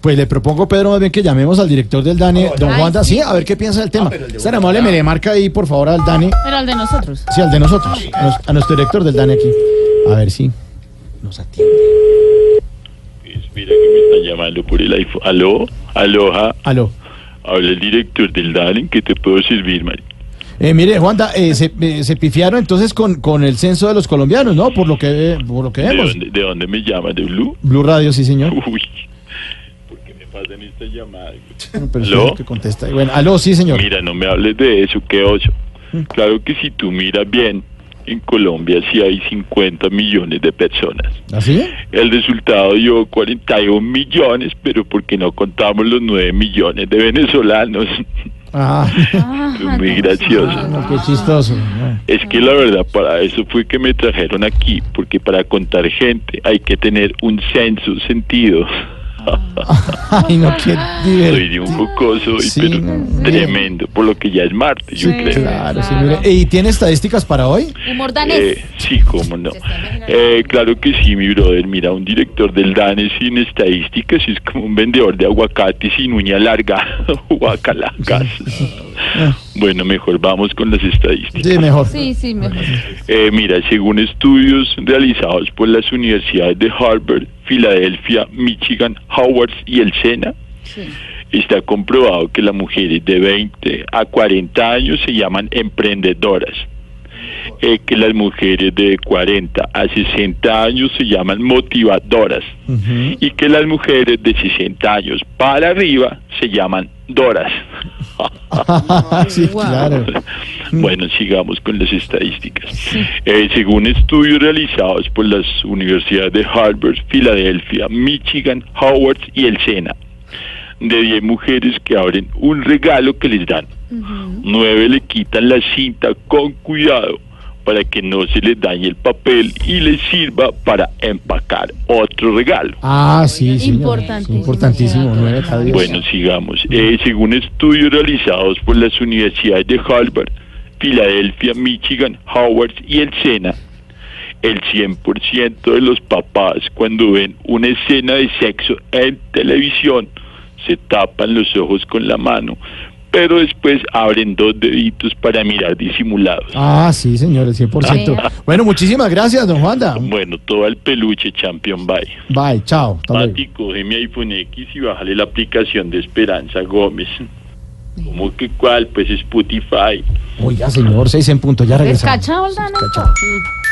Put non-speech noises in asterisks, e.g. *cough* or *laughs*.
Pues le propongo, Pedro, más bien que llamemos al director del DANE, don Ay, Juan da, sí. Ah, sí, a ver qué piensa del tema. Será amable, me le marca ahí, por favor, al DANE. Pero al de nosotros. Sí, al de nosotros, a, nos- a nuestro director del DANE aquí. A ver si nos atiende. Espera que me están llamando por el iPhone. Aló, aloha, Aló. habla el director del DAN, ¿en qué te puedo servir, Mari? Eh, mire, Juanda, eh, se, eh, se pifiaron entonces con, con el censo de los colombianos, ¿no? Por lo que, por lo que ¿De vemos. dónde, ¿De dónde me llamas? ¿De Blue? *laughs* Blue Radio, sí, señor. Uy, ¿por qué me pasan esta llamada? Bueno, pero ¿Aló? usted es el que contesta. Bueno, aló, sí, señor. Mira, no me hables de eso, qué oso. Mm. Claro que si tú miras bien, en Colombia sí hay 50 millones de personas. ¿Así? El resultado dio 41 millones, pero porque no contamos los 9 millones de venezolanos. *laughs* Ah, *laughs* Muy gracioso. no, qué chistoso. Ah. Bueno. Es que la verdad, para eso fue que me trajeron aquí, porque para contar gente hay que tener un censo sentido. Ay, no, qué Soy de divertido. un jocoso, y Sí, pero no, tremendo, por lo que ya es martes, yo creo. Claro, sí, mire. ¿Y tiene estadísticas para hoy? Humor danés. Eh, sí, cómo no. Eh, claro que sí, mi brother. Mira, un director del DANE sin estadísticas es como un vendedor de aguacate sin uña larga. *laughs* Guacalacas. Bueno, mejor vamos con las estadísticas. Sí, mejor. Sí, sí, mejor. Eh, mira, según estudios realizados por las universidades de Harvard, Filadelfia, Michigan, Howard y el SENA, Sí. está comprobado que las mujeres de 20 a 40 años se llaman emprendedoras, eh, que las mujeres de 40 a 60 años se llaman motivadoras Ujú. y que las mujeres de 60 años para arriba se llaman doras. Ah, sí, claro. *laughs* Bueno, sigamos con las estadísticas. Eh, según estudios realizados por las universidades de Harvard, Filadelfia, Michigan, Howard y el SENA, de 10 mujeres que abren un regalo que les dan, 9 le quitan la cinta con cuidado para que no se les dañe el papel y les sirva para empacar otro regalo. Ah, sí, sí. Importantísimo. Importantísimo. nueve cada diez. Bueno, sigamos. Eh, según estudios realizados por las universidades de Harvard, Filadelfia, Michigan, Howard y el SENA, el 100% de los papás cuando ven una escena de sexo en televisión se tapan los ojos con la mano, pero después abren dos deditos para mirar disimulados. Ah, sí, señor, el 100%. Bueno, muchísimas gracias, don Juanda. Bueno, todo el peluche, champion, bye. Bye, chao. Hasta luego. Pati, coge mi iPhone X y bájale la aplicación de Esperanza Gómez. ¿Cómo que cuál? Pues Spotify. Oiga, señor, seis en punto, ya regresamos. Descachado, Pues Aldana. Descachado. Mm.